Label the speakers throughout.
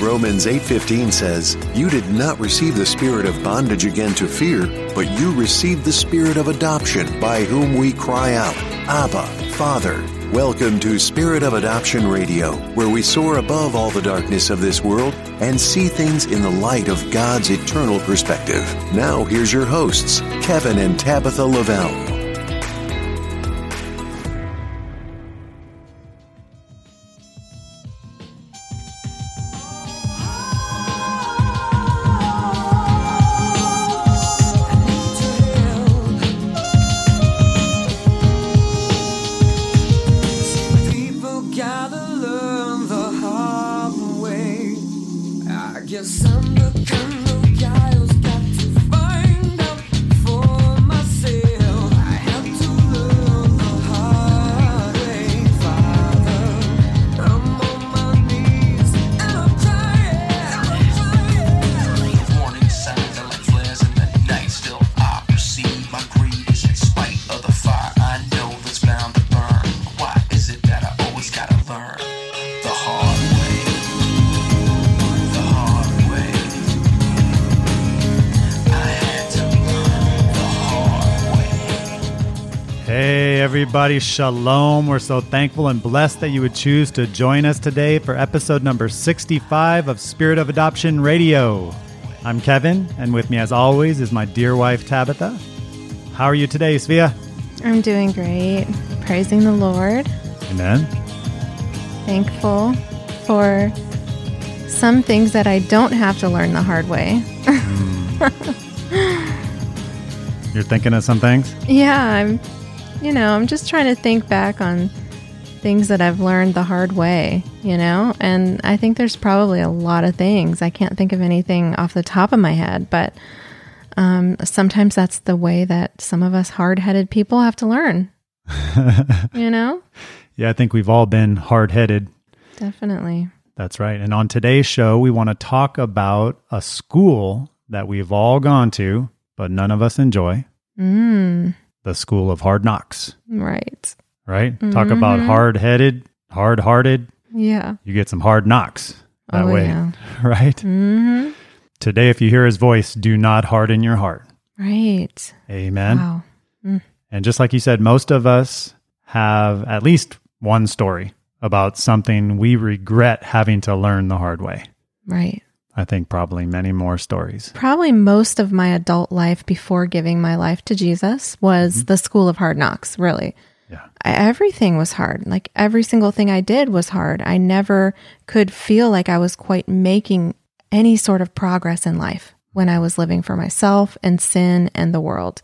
Speaker 1: Romans 8:15 says, "You did not receive the spirit of bondage again to fear, but you received the spirit of adoption, by whom we cry out, Abba, Father." Welcome to Spirit of Adoption Radio, where we soar above all the darkness of this world and see things in the light of God's eternal perspective. Now, here's your hosts, Kevin and Tabitha Lavelle.
Speaker 2: People gotta learn the hard way. I guess I'm the kind of guy who's got to find out for myself. I had to learn the hard way, Father. I'm on my knees and I'm trying. I'm trying.
Speaker 3: warning signs are like flares in the night. Still, I perceive my greed is in spite of the fire. I know that's bound to burn. Why is it that I always gotta learn the hard way? The hard way. I had to learn the hard way.
Speaker 4: Hey, everybody, shalom. We're so thankful and blessed that you would choose to join us today for episode number 65 of Spirit of Adoption Radio. I'm Kevin, and with me, as always, is my dear wife, Tabitha. How are you today, Svia?
Speaker 5: I'm doing great. Praising the Lord.
Speaker 4: Amen.
Speaker 5: Thankful for some things that I don't have to learn the hard way.
Speaker 4: You're thinking of some things?
Speaker 5: yeah, I'm, you know, I'm just trying to think back on things that I've learned the hard way, you know? And I think there's probably a lot of things. I can't think of anything off the top of my head, but um, sometimes that's the way that some of us hard headed people have to learn, you know?
Speaker 4: Yeah, I think we've all been hard headed.
Speaker 5: Definitely.
Speaker 4: That's right. And on today's show, we want to talk about a school that we've all gone to, but none of us enjoy
Speaker 5: Mm,
Speaker 4: the school of hard knocks.
Speaker 5: right.
Speaker 4: right? Talk about
Speaker 5: Mm-hmm.
Speaker 4: hard headed, hard hearted.
Speaker 5: Yeah.
Speaker 4: You get some hard knocks that
Speaker 5: Oh,
Speaker 4: way,
Speaker 5: yeah.
Speaker 4: right?
Speaker 5: Mm-hmm.
Speaker 4: Today, if you hear his voice, do not harden your heart.
Speaker 5: Right.
Speaker 4: Amen.
Speaker 5: Wow.
Speaker 4: And just like you said, most of us have at least one story about something we regret having to learn the hard way.
Speaker 5: Right.
Speaker 4: I think probably many more stories.
Speaker 5: Probably most of my adult life before giving my life to Jesus was the school of hard knocks, really.
Speaker 4: Yeah.
Speaker 5: I, everything was hard. Like every single thing I did was hard. I never could feel like I was quite making any sort of progress in life when I was living for myself and sin and the world.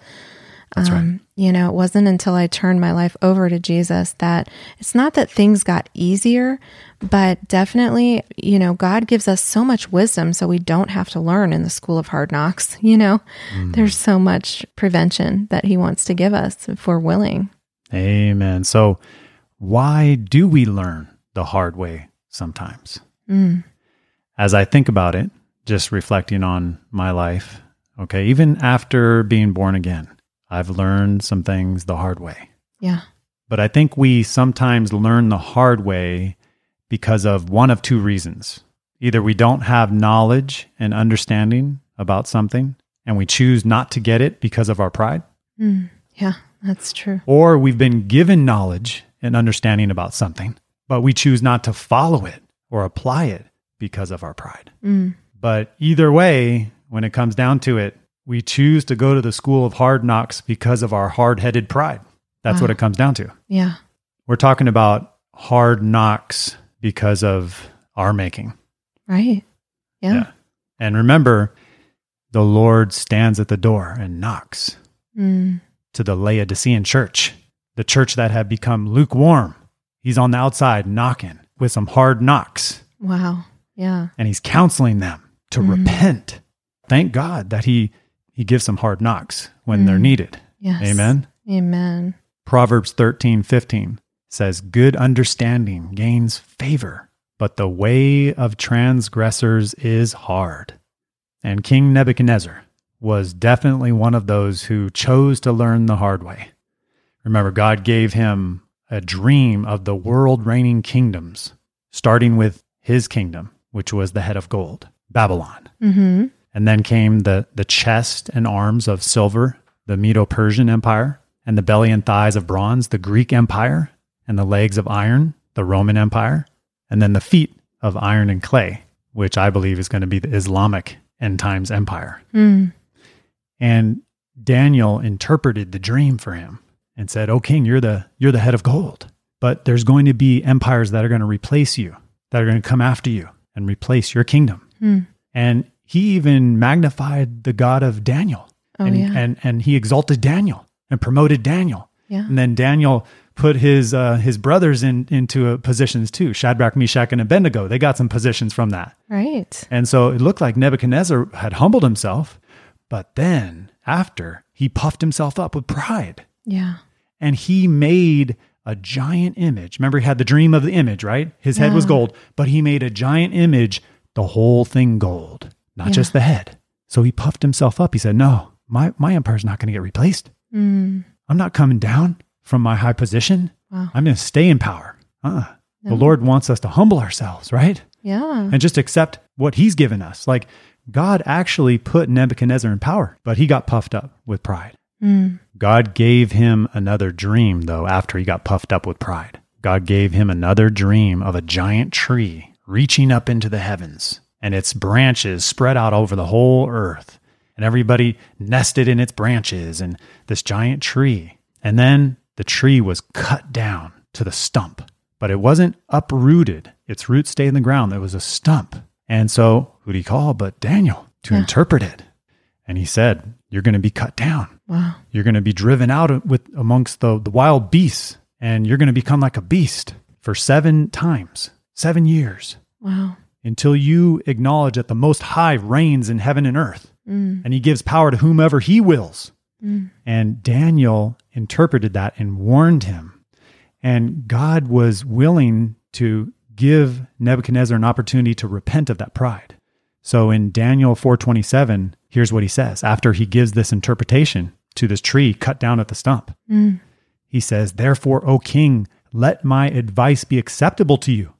Speaker 4: That's right.
Speaker 5: Um, You know, it wasn't until I turned my life over to Jesus that it's not that things got easier, but definitely, you know, God gives us so much wisdom so we don't have to learn in the school of hard knocks. You know,
Speaker 4: Mm.
Speaker 5: there's so much prevention that He wants to give us if we're willing.
Speaker 4: Amen. So, why do we learn the hard way sometimes? As I think about it, just reflecting on my life, okay, even after being born again, I've learned some things the hard way.
Speaker 5: Yeah.
Speaker 4: But I think we sometimes learn the hard way because of one of two reasons. Either we don't have knowledge and understanding about something, and we choose not to get it because of our pride.
Speaker 5: Mm. Yeah, that's true.
Speaker 4: Or we've been given knowledge and understanding about something, but we choose not to follow it or apply it because of our pride.
Speaker 5: Mm.
Speaker 4: But either way, when it comes down to it, we choose to go to the school of hard knocks because of our hard headed pride. That's what
Speaker 5: Wow.
Speaker 4: it comes down to.
Speaker 5: Yeah.
Speaker 4: We're talking about hard knocks because of our making.
Speaker 5: Right. Yeah.
Speaker 4: And remember, the Lord stands at the door and knocks
Speaker 5: Mm.
Speaker 4: to the Laodicean church, the church that had become lukewarm. He's on the outside knocking with some hard knocks,
Speaker 5: Wow. Yeah.
Speaker 4: and he's counseling them to repent. Thank God that he he gives some hard knocks when they're needed.
Speaker 5: Yes.
Speaker 4: Amen.
Speaker 5: Amen.
Speaker 4: Proverbs 13, 15 says, Good understanding gains favor, but the way of transgressors is hard. And King Nebuchadnezzar was definitely one of those who chose to learn the hard way. Remember, God gave him a dream of the world reigning kingdoms, starting with his kingdom, which was the head of gold, Babylon.
Speaker 5: Mm-hmm.
Speaker 4: And then came the, the chest and arms of silver, the Medo Persian Empire, and the belly and thighs of bronze, the Greek Empire, and the legs of iron, the Roman Empire, and then the feet of iron and clay, which I believe is going to be the Islamic end times empire.
Speaker 5: Mm.
Speaker 4: And Daniel interpreted the dream for him and said, "Oh king, you're the you're the head of gold, but there's going to be empires that are going to replace you, that are going to come after you and replace your kingdom."
Speaker 5: Hmm.
Speaker 4: And he even magnified the God of Daniel.
Speaker 5: Oh,
Speaker 4: and,
Speaker 5: yeah.
Speaker 4: and and he exalted Daniel and promoted Daniel.
Speaker 5: Yeah.
Speaker 4: And then Daniel put his uh, his brothers in into uh, positions too. Shadrach, Meshach, and Abednego. They got some positions from that.
Speaker 5: Right.
Speaker 4: And so it looked like Nebuchadnezzar had humbled himself, but then after he puffed himself up with pride
Speaker 5: Yeah.
Speaker 4: and he made a giant image. Remember, he had the dream of the image, right? His head was
Speaker 5: Yeah.
Speaker 4: gold, but he made a giant image, the whole thing gold, not
Speaker 5: Yeah.
Speaker 4: just the head. So he puffed himself up. He said, No, my, my empire's not going to get replaced.
Speaker 5: Mm.
Speaker 4: I'm not coming down from my high position.
Speaker 5: Wow.
Speaker 4: I'm going to stay in power. Uh-uh. The
Speaker 5: No.
Speaker 4: Lord wants us to humble ourselves, right?
Speaker 5: Yeah.
Speaker 4: and just accept what he's given us. Like God actually put Nebuchadnezzar in power, but he got puffed up with pride.
Speaker 5: Mm.
Speaker 4: God gave him another dream, though, after he got puffed up with pride. God gave him another dream of a giant tree reaching up into the heavens and its branches spread out over the whole earth. And everybody nested in its branches and this giant tree. And then the tree was cut down to the stump, but it wasn't uprooted. Its roots stayed in the ground. There was a stump. And so, who do you call but Daniel to
Speaker 5: Yeah.
Speaker 4: interpret it? And he said, You're going to be cut down
Speaker 5: Wow.
Speaker 4: you're going to be driven out with amongst the, the wild beasts and you're going to become like a beast for seven times seven years
Speaker 5: Wow.
Speaker 4: until you acknowledge that the most high reigns in heaven and earth
Speaker 5: Mm.
Speaker 4: and he gives power to whomever he wills
Speaker 5: Mm.
Speaker 4: and daniel interpreted that and warned him and god was willing to give nebuchadnezzar an opportunity to repent of that pride so in Daniel 4:27, here's what he says after he gives this interpretation to this tree cut down at the stump.
Speaker 5: Mm.
Speaker 4: He says, "Therefore, O king, let my advice be acceptable to you.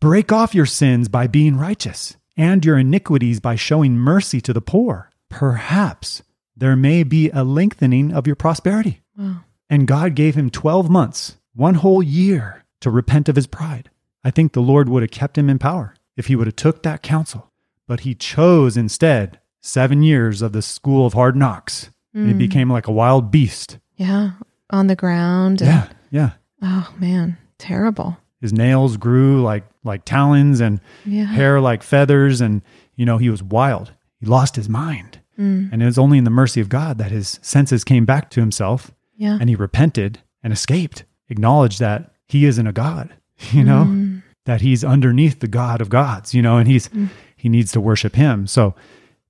Speaker 4: Break off your sins by being righteous, and your iniquities by showing mercy to the poor. Perhaps there may be a lengthening of your prosperity."
Speaker 5: Wow.
Speaker 4: And God gave him 12 months, one whole year to repent of his pride. I think the Lord would have kept him in power if he would have took that counsel, but he chose instead 7 years of the school of hard knocks. And he
Speaker 5: Mm.
Speaker 4: became like a wild beast.
Speaker 5: Yeah. On the ground. and-
Speaker 4: Yeah. Yeah.
Speaker 5: Oh man. Terrible.
Speaker 4: His nails grew like like talons and
Speaker 5: Yeah.
Speaker 4: hair like feathers and you know he was wild. He lost his mind.
Speaker 5: Mm.
Speaker 4: And it was only in the mercy of God that his senses came back to himself
Speaker 5: Yeah.
Speaker 4: and he repented and escaped, acknowledged that he isn't a god, you know,
Speaker 5: Mm.
Speaker 4: that he's underneath the God of gods, you know, and he's he needs to worship him. So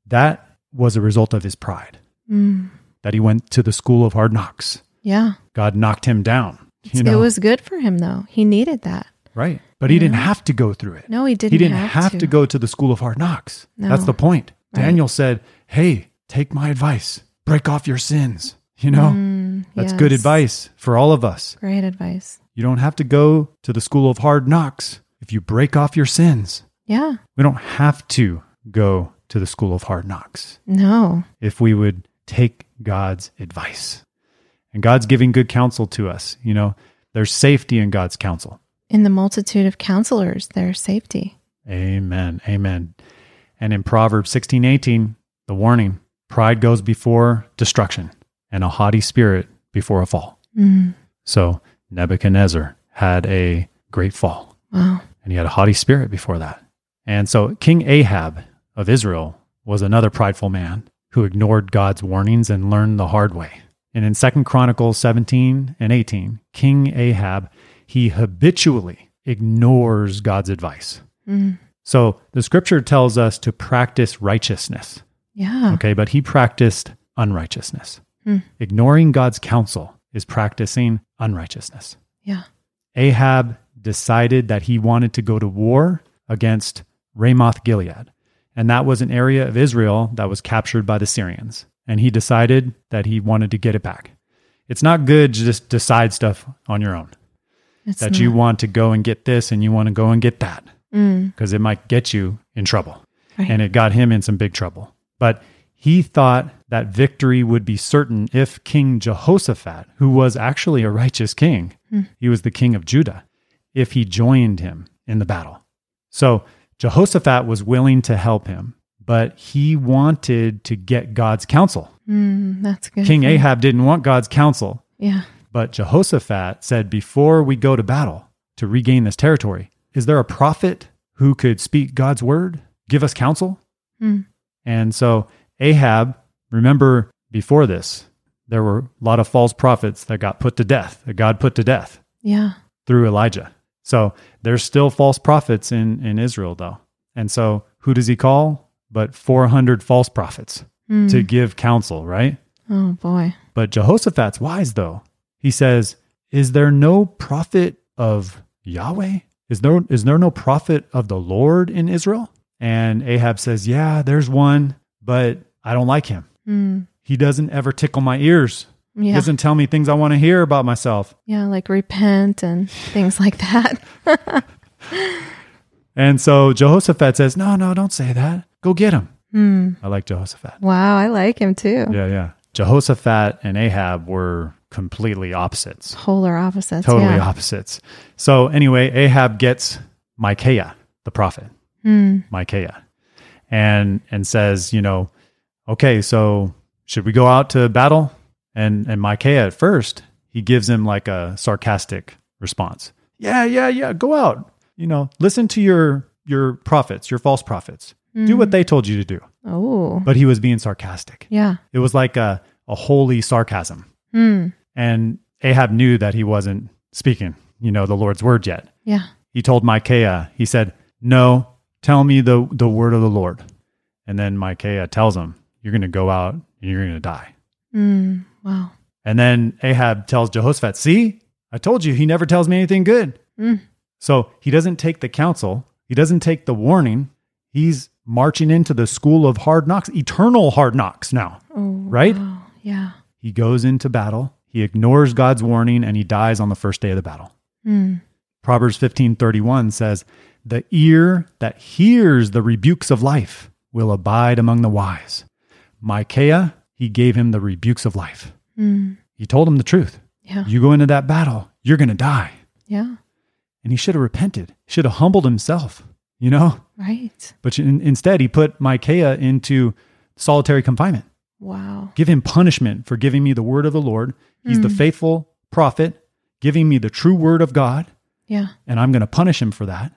Speaker 4: that was a result of his pride
Speaker 5: Mm.
Speaker 4: that he went to the school of hard knocks.
Speaker 5: Yeah.
Speaker 4: God knocked him down, you
Speaker 5: It
Speaker 4: know,
Speaker 5: was good for him though. He needed that.
Speaker 4: right? But he didn't have to go through it.
Speaker 5: No, he didn't.
Speaker 4: he didn't have, to. go to the school of hard knocks. That's
Speaker 5: No.
Speaker 4: the point.
Speaker 5: Right.
Speaker 4: Daniel said, "Hey, take my advice. Break off your sins." You know,
Speaker 5: Mm,
Speaker 4: that's good
Speaker 5: yes.
Speaker 4: advice for all of us.
Speaker 5: Great advice.
Speaker 4: You don't have to go to the school of hard knocks if you break off your sins.
Speaker 5: Yeah.
Speaker 4: We don't have to go to the school of hard knocks
Speaker 5: No.
Speaker 4: if we would take God's advice. And God's giving good counsel to us. You know, there's safety in God's counsel.
Speaker 5: In the multitude of counselors, there's safety.
Speaker 4: Amen. Amen. And in Proverbs 16, 18, the warning pride goes before destruction and a haughty spirit before a fall.
Speaker 5: Mm.
Speaker 4: So Nebuchadnezzar had a great fall.
Speaker 5: Wow.
Speaker 4: and he had a haughty spirit before that. And so King Ahab of Israel was another prideful man who ignored God's warnings and learned the hard way. And in 2 Chronicles 17 and 18, King Ahab, he habitually ignores God's advice.
Speaker 5: Mm.
Speaker 4: So the scripture tells us to practice righteousness,
Speaker 5: Yeah.
Speaker 4: okay, but he practiced unrighteousness.
Speaker 5: Hmm.
Speaker 4: Ignoring God's counsel is practicing unrighteousness.
Speaker 5: Yeah.
Speaker 4: Ahab decided that he wanted to go to war against Ramoth Gilead. And that was an area of Israel that was captured by the Syrians. And he decided that he wanted to get it back. It's not good to just decide stuff on your own,
Speaker 5: It's
Speaker 4: that you
Speaker 5: not-
Speaker 4: want to go and get this and you want to go and get that,
Speaker 5: Mm.
Speaker 4: because it might get you in trouble.
Speaker 5: Right.
Speaker 4: And it got him in some big trouble. But he thought that victory would be certain if King Jehoshaphat, who was actually a righteous king,
Speaker 5: Hmm.
Speaker 4: he was the king of Judah, if he joined him in the battle. So Jehoshaphat was willing to help him, but he wanted to get God's counsel.
Speaker 5: Mm, that's good.
Speaker 4: King Ahab didn't want God's counsel.
Speaker 5: Yeah.
Speaker 4: But Jehoshaphat said, Before we go to battle to regain this territory, is there a prophet who could speak God's word, give us counsel?
Speaker 5: Hmm.
Speaker 4: And so Ahab, remember before this, there were a lot of false prophets that got put to death, that God put to death
Speaker 5: Yeah.
Speaker 4: through Elijah. So there's still false prophets in, in Israel, though. And so who does he call? But 400 false prophets
Speaker 5: Mm.
Speaker 4: to give counsel, right?
Speaker 5: Oh boy.
Speaker 4: But Jehoshaphat's wise, though. He says, Is there no prophet of Yahweh? Is there, is there no prophet of the Lord in Israel? And Ahab says, Yeah, there's one, but I don't like him.
Speaker 5: Mm.
Speaker 4: He doesn't ever tickle my ears. He
Speaker 5: Yeah.
Speaker 4: doesn't tell me things I want to hear about myself.
Speaker 5: Yeah. Like repent and things like that.
Speaker 4: And so Jehoshaphat says, No, no, don't say that. Go get him.
Speaker 5: Mm.
Speaker 4: I like Jehoshaphat.
Speaker 5: Wow. I like him too.
Speaker 4: Yeah, yeah. Jehoshaphat and Ahab were completely opposites.
Speaker 5: Polar opposites.
Speaker 4: totally
Speaker 5: yeah.
Speaker 4: opposites. So anyway, Ahab gets Micaiah, the prophet,
Speaker 5: Mm.
Speaker 4: Micaiah, and and says, you know, okay, so should we go out to battle? And and Micaiah at first he gives him like a sarcastic response. Yeah, yeah, yeah. Go out. You know, listen to your your prophets, your false prophets. Do what they told you to do.
Speaker 5: Oh.
Speaker 4: But he was being sarcastic.
Speaker 5: Yeah.
Speaker 4: It was like a, a holy sarcasm.
Speaker 5: Mm.
Speaker 4: And Ahab knew that he wasn't speaking, you know, the Lord's word yet.
Speaker 5: Yeah.
Speaker 4: He told Micaiah, he said, No, tell me the, the word of the Lord. And then Micaiah tells him, You're going to go out and you're going to die.
Speaker 5: Mm. Wow.
Speaker 4: And then Ahab tells Jehoshaphat, See, I told you, he never tells me anything good.
Speaker 5: Mm.
Speaker 4: So he doesn't take the counsel, he doesn't take the warning. He's marching into the school of hard knocks, eternal hard knocks now.
Speaker 5: Oh.
Speaker 4: Right?
Speaker 5: wow. Yeah.
Speaker 4: He goes into battle, he ignores God's warning, and he dies on the first day of the battle.
Speaker 5: Mm.
Speaker 4: Proverbs 15:31 says, "The ear that hears the rebukes of life will abide among the wise." Micaiah, he gave him the rebukes of life.
Speaker 5: Mm.
Speaker 4: He told him the truth.
Speaker 5: Yeah.
Speaker 4: You go into that battle, you're going to die.
Speaker 5: Yeah.
Speaker 4: And he should have repented, should have humbled himself, you know?
Speaker 5: Right.
Speaker 4: But in, instead, he put Micaiah into solitary confinement.
Speaker 5: Wow.
Speaker 4: Give him punishment for giving me the word of the Lord. He's
Speaker 5: Hmm.
Speaker 4: the faithful prophet, giving me the true word of God.
Speaker 5: Yeah.
Speaker 4: and I'm going to punish him for that.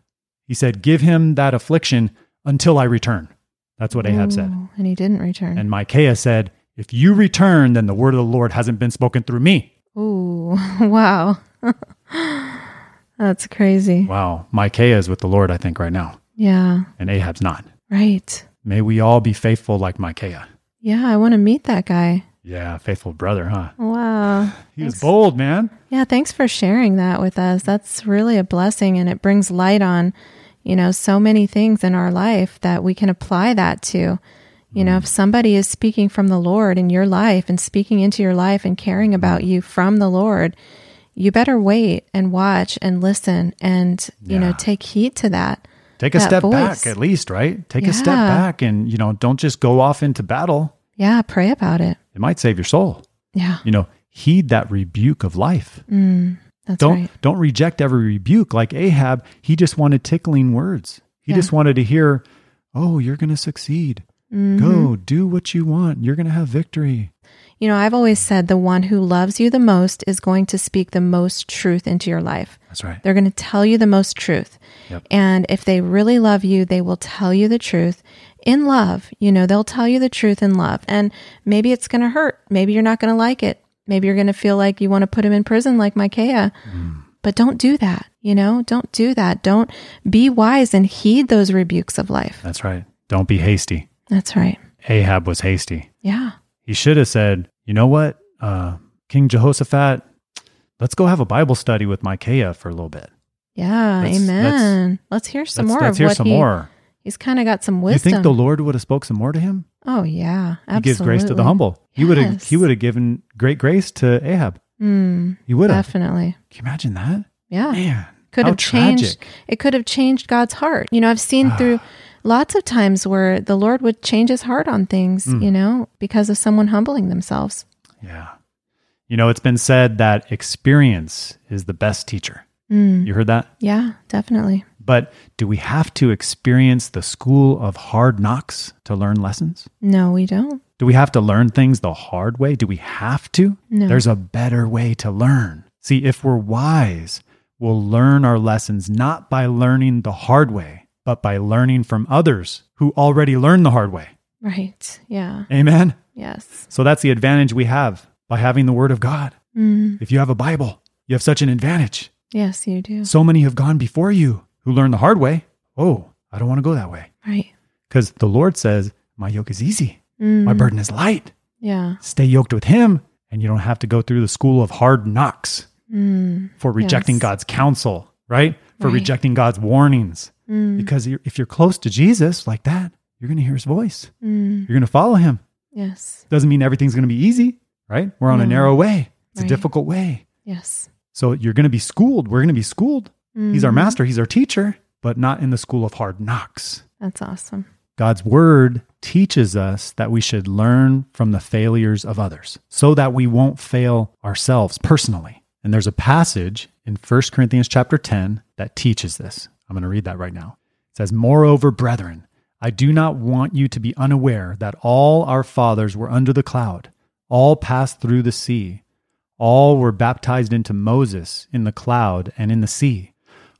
Speaker 4: He said, Give him that affliction until I return. That's what Ahab said.
Speaker 5: Ooh, Oh. And he didn't return.
Speaker 4: And Micaiah said, If you return, then the word of the Lord hasn't been spoken through me.
Speaker 5: Ooh, Oh. wow. That's crazy.
Speaker 4: Wow. Micaiah is with the Lord, I think, right now,
Speaker 5: Yeah,
Speaker 4: and Ahab's not.
Speaker 5: right.
Speaker 4: May we all be faithful like Micaiah.
Speaker 5: Yeah, I want to meet that guy.
Speaker 4: Yeah, faithful brother, huh?
Speaker 5: Wow.
Speaker 4: He was bold, man.
Speaker 5: Yeah, thanks for sharing that with us. That's really a blessing and it brings light on, you know, so many things in our life that we can apply that to. You
Speaker 4: Mm.
Speaker 5: know, if somebody is speaking from the Lord in your life and speaking into your life and caring about you from the Lord, you better wait and watch and listen and, you know,
Speaker 4: Yeah.
Speaker 5: take heed to that.
Speaker 4: Take a
Speaker 5: That
Speaker 4: step
Speaker 5: voice.
Speaker 4: back, at least, right? Take a step
Speaker 5: Yeah.
Speaker 4: back and, you know, don't just go off into battle.
Speaker 5: Yeah, pray about it.
Speaker 4: It might save your soul.
Speaker 5: Yeah,
Speaker 4: You know, heed that rebuke of life.
Speaker 5: that's
Speaker 4: don't
Speaker 5: right.
Speaker 4: don't reject every rebuke like ahab he just wanted tickling words he
Speaker 5: Yeah.
Speaker 4: just wanted to hear oh you're going to succeed
Speaker 5: Mm-hmm.
Speaker 4: go do what you want you're going to have victory
Speaker 5: You know, I've always said the one who loves you the most is going to speak the most truth into your life.
Speaker 4: that's right
Speaker 5: They're going to tell you the most truth.
Speaker 4: Yep.
Speaker 5: And if they really love you, they will tell you the truth in love. You know, they'll tell you the truth in love. And maybe it's going to hurt. Maybe you're not going to like it. Maybe you're going to feel like you want to put him in prison like Micaiah. But don't do that. You know, don't do that. Don't be wise and heed those rebukes of life.
Speaker 4: that's right don't be hasty
Speaker 5: That's right.
Speaker 4: ahab was hasty
Speaker 5: Yeah.
Speaker 4: he should have said you know what uh, king jehoshaphat let's go have a bible study with micaiah for a little bit
Speaker 5: Yeah,
Speaker 4: That's- that's-
Speaker 5: amen. let's hear some
Speaker 4: let's,
Speaker 5: more
Speaker 4: let's
Speaker 5: of
Speaker 4: hear
Speaker 5: what
Speaker 4: some
Speaker 5: he,
Speaker 4: more
Speaker 5: he's kind of got some
Speaker 4: you
Speaker 5: wisdom.
Speaker 4: think the lord would have spoke some more to him
Speaker 5: oh yeah, absolutely.
Speaker 4: he gives grace to the humble he would have
Speaker 5: Yes.
Speaker 4: he would have given great grace to ahab
Speaker 5: Mm,
Speaker 4: he would have
Speaker 5: definitely.
Speaker 4: can you imagine that
Speaker 5: Yeah,
Speaker 4: man
Speaker 5: could
Speaker 4: how
Speaker 5: have changed.
Speaker 4: tragic. Ah.
Speaker 5: It could have changed God's heart. You know, I've seen through lots of times where the Lord would change his heart on things,
Speaker 4: Mm.
Speaker 5: you know, because of someone humbling themselves.
Speaker 4: Yeah. You know, it's been said that experience is the best teacher.
Speaker 5: Hmm.
Speaker 4: You heard that?
Speaker 5: Yeah, definitely.
Speaker 4: But do we have to experience the school of hard knocks to learn lessons?
Speaker 5: No, we don't.
Speaker 4: Do we have to learn things the hard way? Do we have to?
Speaker 5: No.
Speaker 4: There's a better way to learn. See, if we're wise, we'll learn our lessons not by learning the hard way, but by learning from others who already learned the hard way.
Speaker 5: Right. Yeah.
Speaker 4: Amen.
Speaker 5: Yes.
Speaker 4: So that's the advantage we have by having the Word of God.
Speaker 5: Mm.
Speaker 4: If you have a Bible, you have such an advantage.
Speaker 5: Yes, you do.
Speaker 4: So many have gone before you who learned the hard way. Oh, I don't want to go that way.
Speaker 5: Right.
Speaker 4: Because the Lord says, My yoke is easy,
Speaker 5: Mm.
Speaker 4: my burden is light.
Speaker 5: Yeah.
Speaker 4: Stay yoked with Him, and you don't have to go through the school of hard knocks
Speaker 5: Mm.
Speaker 4: for rejecting
Speaker 5: Yes.
Speaker 4: God's counsel, right? For
Speaker 5: Right.
Speaker 4: rejecting God's warnings.
Speaker 5: Mm.
Speaker 4: Because you're, if you're close to Jesus like that, you're going to hear His voice,
Speaker 5: Mm.
Speaker 4: you're going to follow Him.
Speaker 5: Yes.
Speaker 4: Doesn't mean everything's going to be easy, right? We're on a
Speaker 5: No.
Speaker 4: narrow way, it's
Speaker 5: Right.
Speaker 4: a difficult way.
Speaker 5: Yes.
Speaker 4: So you're going to be schooled. We're going to be schooled. He's our
Speaker 5: Mhm.
Speaker 4: master, he's our teacher, but not in the school of hard knocks.
Speaker 5: That's awesome.
Speaker 4: God's word teaches us that we should learn from the failures of others so that we won't fail ourselves personally. And there's a passage in 1 Corinthians chapter 10 that teaches this. I'm going to read that right now. It says, Moreover, brethren, I do not want you to be unaware that all our fathers were under the cloud, all passed through the sea, all were baptized into Moses in the cloud and in the sea.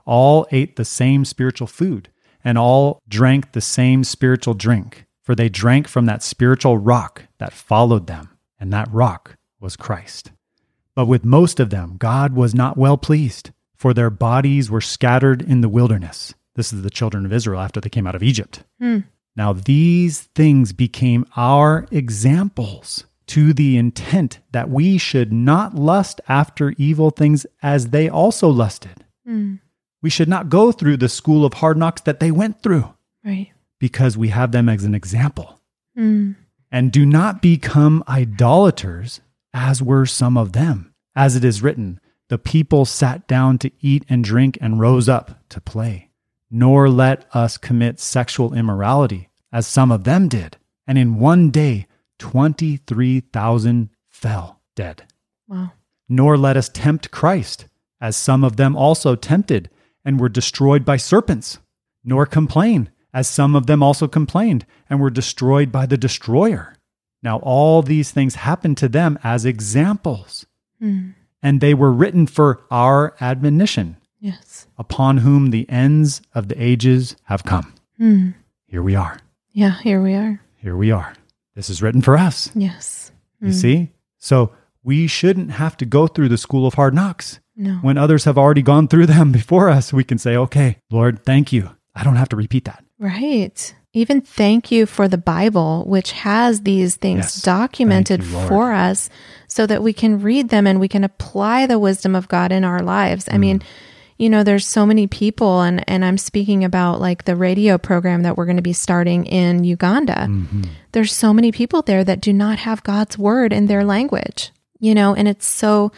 Speaker 4: All ate the same spiritual food, and all drank the same spiritual drink, for they drank from that spiritual rock that followed them, and that rock was Christ. But with most of them, God was not well pleased, for their bodies were scattered in the wilderness. This is the children of Israel after they came out of Egypt.
Speaker 5: Mm.
Speaker 4: Now, these things became our examples to the intent that we should not lust after evil things as they also lusted.
Speaker 5: Mm.
Speaker 4: We should not go through the school of hard knocks that they went through
Speaker 5: Right.
Speaker 4: because we have them as an example.
Speaker 5: Mm.
Speaker 4: And do not become idolaters as were some of them. As it is written, the people sat down to eat and drink and rose up to play. Nor let us commit sexual immorality as some of them did. And in one day, 23,000 fell dead.
Speaker 5: Wow.
Speaker 4: Nor let us tempt Christ, as some of them also tempted and were destroyed by serpents. Nor complain, as some of them also complained and were destroyed by the destroyer. Now, all these things happened to them as examples,
Speaker 5: Mm.
Speaker 4: and they were written for our admonition,
Speaker 5: Yes.
Speaker 4: upon whom the ends of the ages have come.
Speaker 5: Mm.
Speaker 4: Here we are.
Speaker 5: Yeah. Here we are.
Speaker 4: Here we are. This is written for us.
Speaker 5: Yes.
Speaker 4: You see? So we shouldn't have to go through the school of hard knocks.
Speaker 5: No.
Speaker 4: When others have already gone through them before us, we can say, okay, Lord, thank you. I don't have to repeat that.
Speaker 5: Right. Even thank you for the Bible, which has these things
Speaker 4: Yes.
Speaker 5: documented
Speaker 4: Thank you, Lord.
Speaker 5: for us so that we can read them and we can apply the wisdom of God in our lives. I mean, you know, there's so many people, and, and I'm speaking about like the radio program that we're going to be starting in Uganda.
Speaker 4: Mm-hmm.
Speaker 5: There's so many people there that do not have God's word in their language, you know, and it's so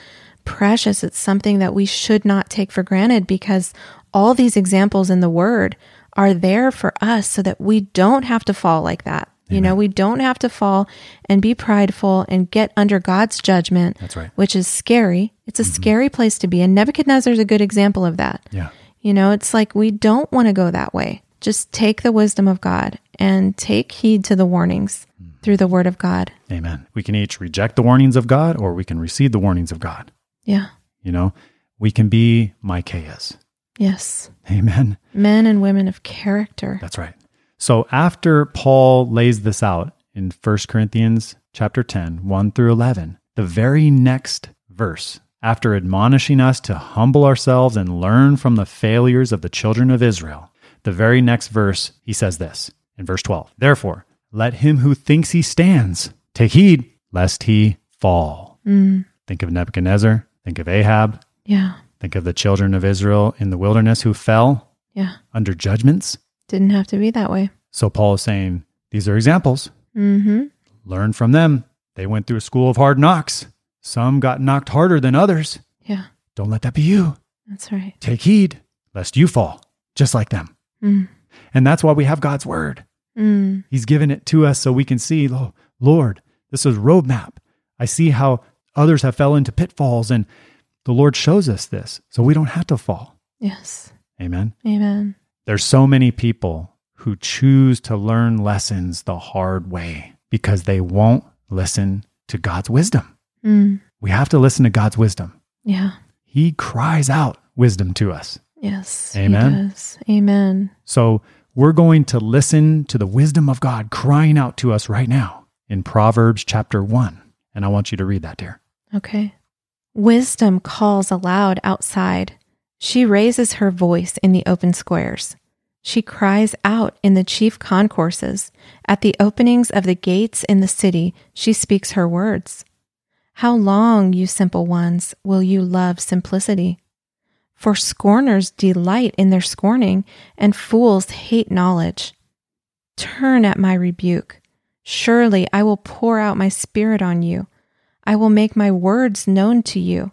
Speaker 5: precious. It's something that we should not take for granted because all these examples in the word are there for us so that we don't have to fall like that. You know, we don't have to fall and be prideful and get under God's judgment.
Speaker 4: That's right.
Speaker 5: Which is scary. It's a scary place to be. And Nebuchadnezzar's a good example of that.
Speaker 4: Yeah.
Speaker 5: You know, it's like we don't want to go that way. Just take the wisdom of God and take heed to the warnings through the word of God.
Speaker 4: Amen. We can each reject the warnings of God or we can receive the warnings of God.
Speaker 5: Yeah.
Speaker 4: You know, we can be Micaiahs.
Speaker 5: Yes.
Speaker 4: Amen.
Speaker 5: Men and women of character.
Speaker 4: That's right. So after Paul lays this out in 1 Corinthians chapter 10, 1 through 11, the very next verse, after admonishing us to humble ourselves and learn from the failures of the children of Israel, the very next verse, he says this in verse 12 Therefore, let him who thinks he stands take heed lest he fall. Think of Nebuchadnezzar, think of Ahab,
Speaker 5: Mm. Yeah.
Speaker 4: think of the children of Israel in the wilderness who fell
Speaker 5: Yeah.
Speaker 4: under judgments.
Speaker 5: Didn't have to be that way.
Speaker 4: So Paul is saying these are examples.
Speaker 5: Mm-hmm.
Speaker 4: Learn from them. They went through a school of hard knocks. Some got knocked harder than others.
Speaker 5: Yeah.
Speaker 4: Don't let that be you.
Speaker 5: That's right.
Speaker 4: Take heed lest you fall just like them.
Speaker 5: Mm.
Speaker 4: And that's why we have God's word.
Speaker 5: Mm.
Speaker 4: He's given it to us so we can see, "Lo- Lord, this is roadmap. I see how others have fell into pitfalls and the Lord shows us this so we don't have to fall.
Speaker 5: Yes.
Speaker 4: Amen.
Speaker 5: Amen.
Speaker 4: There's so many people who choose to learn lessons the hard way because they won't listen to God's wisdom.
Speaker 5: Mm.
Speaker 4: We have to listen to God's wisdom.
Speaker 5: Yeah.
Speaker 4: He cries out wisdom to us.
Speaker 5: Yes.
Speaker 4: Amen.
Speaker 5: He does. Amen.
Speaker 4: So we're going to listen to the wisdom of God crying out to us right now in Proverbs chapter 1. And I want you to read that, dear.
Speaker 5: Okay. Wisdom calls aloud outside. She raises her voice in the open squares. She cries out in the chief concourses. At the openings of the gates in the city, she speaks her words. How long, you simple ones, will you love simplicity? For scorners delight in their scorning, and fools hate knowledge. Turn at my rebuke. Surely I will pour out my spirit on you. I will make my words known to you.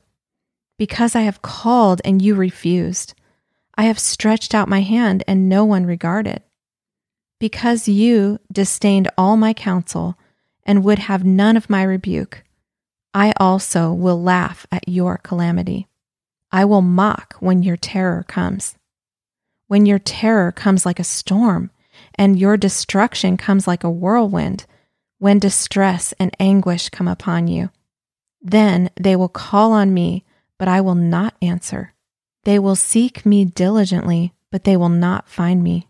Speaker 5: Because I have called and you refused. I have stretched out my hand and no one regarded. Because you disdained all my counsel and would have none of my rebuke, I also will laugh at your calamity. I will mock when your terror comes. When your terror comes like a storm and your destruction comes like a whirlwind, when distress and anguish come upon you. Then they will call on me, but I will not answer. They will seek me diligently, but they will not find me.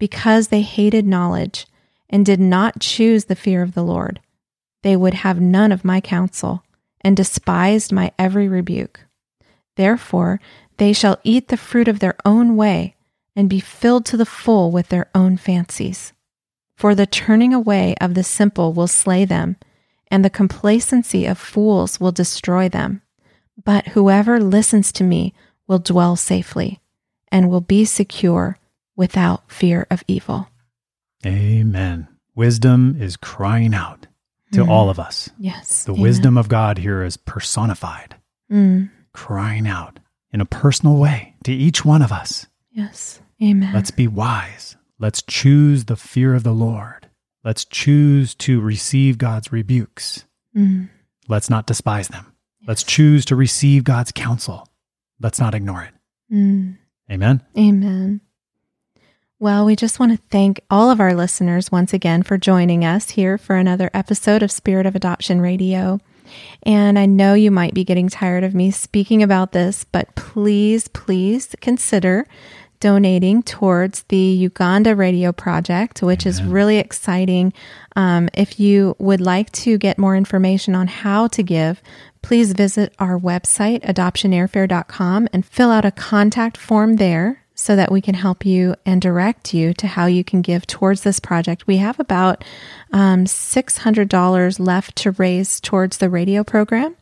Speaker 5: Because they hated knowledge and did not choose the fear of the Lord, they would have none of my counsel and despised my every rebuke. Therefore, they shall eat the fruit of their own way and be filled to the full with their own fancies. For the turning away of the simple will slay them, and the complacency of fools will destroy them. But whoever listens to me will dwell safely and will be secure without fear of evil.
Speaker 4: Amen. Wisdom is crying out to
Speaker 5: Mhm.
Speaker 4: all of us.
Speaker 5: Yes.
Speaker 4: The
Speaker 5: amen.
Speaker 4: wisdom of God here is personified,
Speaker 5: Mm,
Speaker 4: crying out in a personal way to each one of us.
Speaker 5: yes. Amen.
Speaker 4: Let's be wise. Let's choose the fear of the Lord. Let's choose to receive God's rebukes.
Speaker 5: Mm,
Speaker 4: Let's not despise them. Let's choose to receive God's counsel. Let's not ignore it.
Speaker 5: mm.
Speaker 4: Amen.
Speaker 5: Amen. Well, we just want to thank all of our listeners once again for joining us here for another episode of Spirit of Adoption Radio. And I know you might be getting tired of me speaking about this, but please, please consider donating towards the Uganda Radio Project, which is really exciting. Um, if you would like to get more information on how to give, please visit our website, adoptionairfare.com, and fill out a contact form there so that we can help you and direct you to how you can give towards this project. We have about um, $600 left to raise towards the radio program.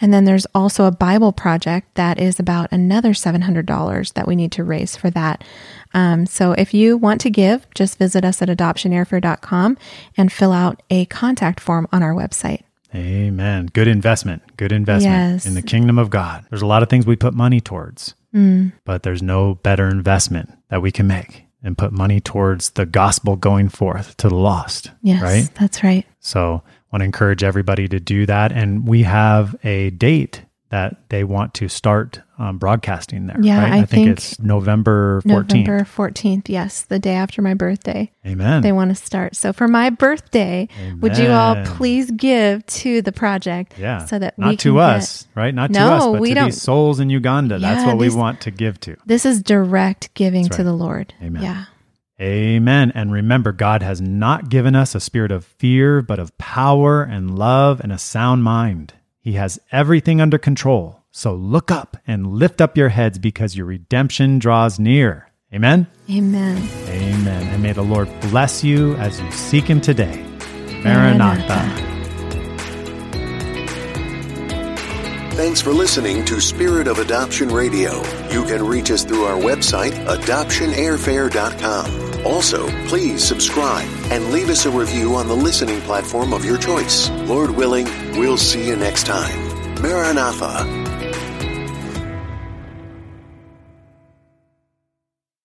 Speaker 5: And then there's also a Bible project that is about another $700 that we need to raise for that. Um, so if you want to give, just visit us at adoptionairfare.com and fill out a contact form on our website.
Speaker 4: Amen. Good investment. Good investment
Speaker 5: Yes.
Speaker 4: in the kingdom of God. There's a lot of things we put money towards,
Speaker 5: Mm.
Speaker 4: but there's no better investment that we can make and put money towards the gospel going forth to the lost.
Speaker 5: Yes,
Speaker 4: Right?
Speaker 5: that's right.
Speaker 4: So want to encourage everybody to do that. And we have a date that they want to start um, broadcasting there.
Speaker 5: Yeah,
Speaker 4: right?
Speaker 5: I
Speaker 4: think,
Speaker 5: think
Speaker 4: it's November 14th.
Speaker 5: November 14th. Yes, the day after my birthday.
Speaker 4: Amen.
Speaker 5: They want to start. So for my birthday, would you all
Speaker 4: Amen.
Speaker 5: please give to the project?
Speaker 4: yeah.
Speaker 5: So that
Speaker 4: not
Speaker 5: we
Speaker 4: to
Speaker 5: can get-
Speaker 4: us, right? Not to
Speaker 5: No,
Speaker 4: us, but
Speaker 5: we
Speaker 4: to
Speaker 5: don't-
Speaker 4: these souls in Uganda. That's
Speaker 5: Yeah,
Speaker 4: what we
Speaker 5: these-
Speaker 4: want to give to.
Speaker 5: This is direct giving
Speaker 4: That's
Speaker 5: to
Speaker 4: right.
Speaker 5: the Lord.
Speaker 4: Amen.
Speaker 5: Yeah.
Speaker 4: Amen. And remember, God has not given us a spirit of fear, but of power and love and a sound mind. He has everything under control. So look up and lift up your heads because your redemption draws near. Amen.
Speaker 5: Amen.
Speaker 4: Amen. And may the Lord bless you as you seek Him today. Maranatha.
Speaker 5: Maranatha.
Speaker 1: Thanks for listening to Spirit of Adoption Radio. You can reach us through our website, adoptionairfare.com. Also, please subscribe and leave us a review on the listening platform of your choice. Lord willing, we'll see you next time. Maranatha.